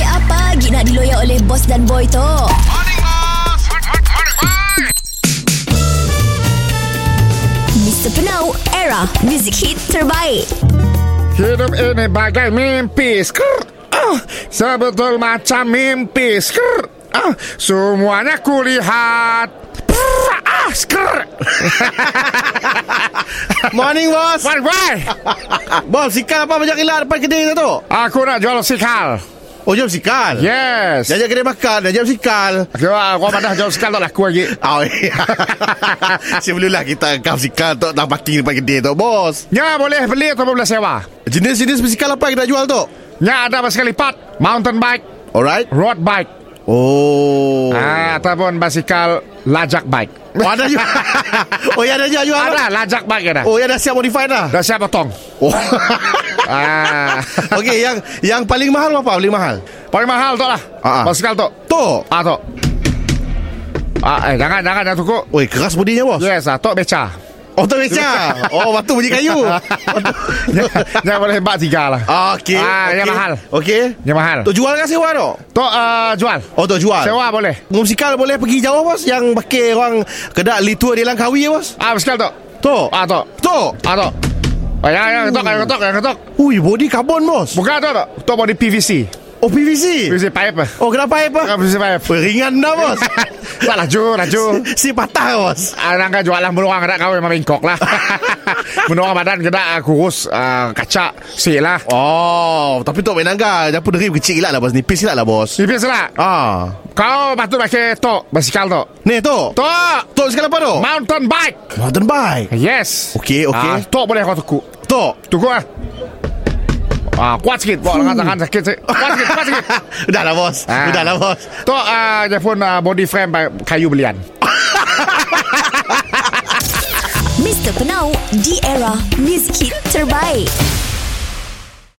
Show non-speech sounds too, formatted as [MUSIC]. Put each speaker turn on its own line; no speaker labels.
lagi nak diloyak oleh bos dan boy tu? Mr. Penau, era music hit terbaik.
Hidup ini bagai mimpi Skrr. Ah, Sebetul macam mimpi Skrr. Ah, Semuanya kulihat Prr. Ah, skrr.
Morning bos
Why, why?
Bos sikal apa banyak gila depan kedai tu tu
Aku nak jual sikal
Oh jom sikal
Yes
Dah ajak kedai makan Dah jom sikal
Kau kau dah jual sikal tak laku lagi
Oh, [LAUGHS] Sebelumlah kita angkat sikal tu Nak parking depan kedai tu bos
Ya boleh beli ataupun boleh sewa
Jenis-jenis bersikal apa yang kita jual tu
Ya ada basikal lipat Mountain bike
Alright
Road bike
Oh
ah, Ataupun basikal lajak bike
Oh ada juga [LAUGHS] Oh ya ada juga jual
Ada lah, lajak bike ada
Oh ya dah siap modify dah
Dah siap potong
Oh [LAUGHS]
ah.
Okey yang yang paling mahal apa paling mahal
Paling mahal tu lah
Ah, ah.
Basikal tu
Tu
Ah tok. Ah eh jangan jangan dah tukuk.
Oi keras bodinya bos
Yes, ah tok beca. [LAUGHS]
Oh tu beca Oh batu bunyi kayu
Jangan boleh hebat tiga lah.
Okey
Ah, dia
okey.
mahal.
Okey
Dia mahal.
Tu jual ke sewa tu?
Tok uh, jual.
Oh tu jual
Sewa boleh.
Musikal boleh pergi jauh bos Yang pakai orang Kedak litua di Langkawi bos
Ah basikal tok.
Tu
Ah tok.
Tu
Ah tok. Oh, jangan jangan ketok, jangan ketok, jangan ketok.
Ui body karbon bos
Bukan tok tok. Tok body PVC.
Oh PVC
PVC pipe. eh.
Oh kenapa apa?
Bukan PVC pipe.
Oh,
[LAUGHS]
Ringan dah bos
Tak laju, laju.
Si patah bos
Anang kan jualan beruang Kedak kau memang bengkok lah [LAUGHS] Beruang badan kedak ah, kurus ah, Kacak Sik lah
Oh Tapi tu main nangga Dapur derib kecil gila lah bos Nipis gila lah bos
Tipis lah
Ah
Kau patut pakai tok Basikal tok
Ni tu
Tok
Tu sekarang apa tu?
Mountain bike
Mountain bike
Yes
Okey, okey.
ah, Tok boleh kau tukuk
Tu
Tukuk lah Ah, kuat sikit Bawa dengan tangan sakit sikit. Kuat sikit Kuat
[LAUGHS]
sikit
Dah lah bos
Ah.
Dah lah bos
Tok ah, dia pun ah, body frame by- Kayu belian
Mr. Penau, di era music hit terbaik.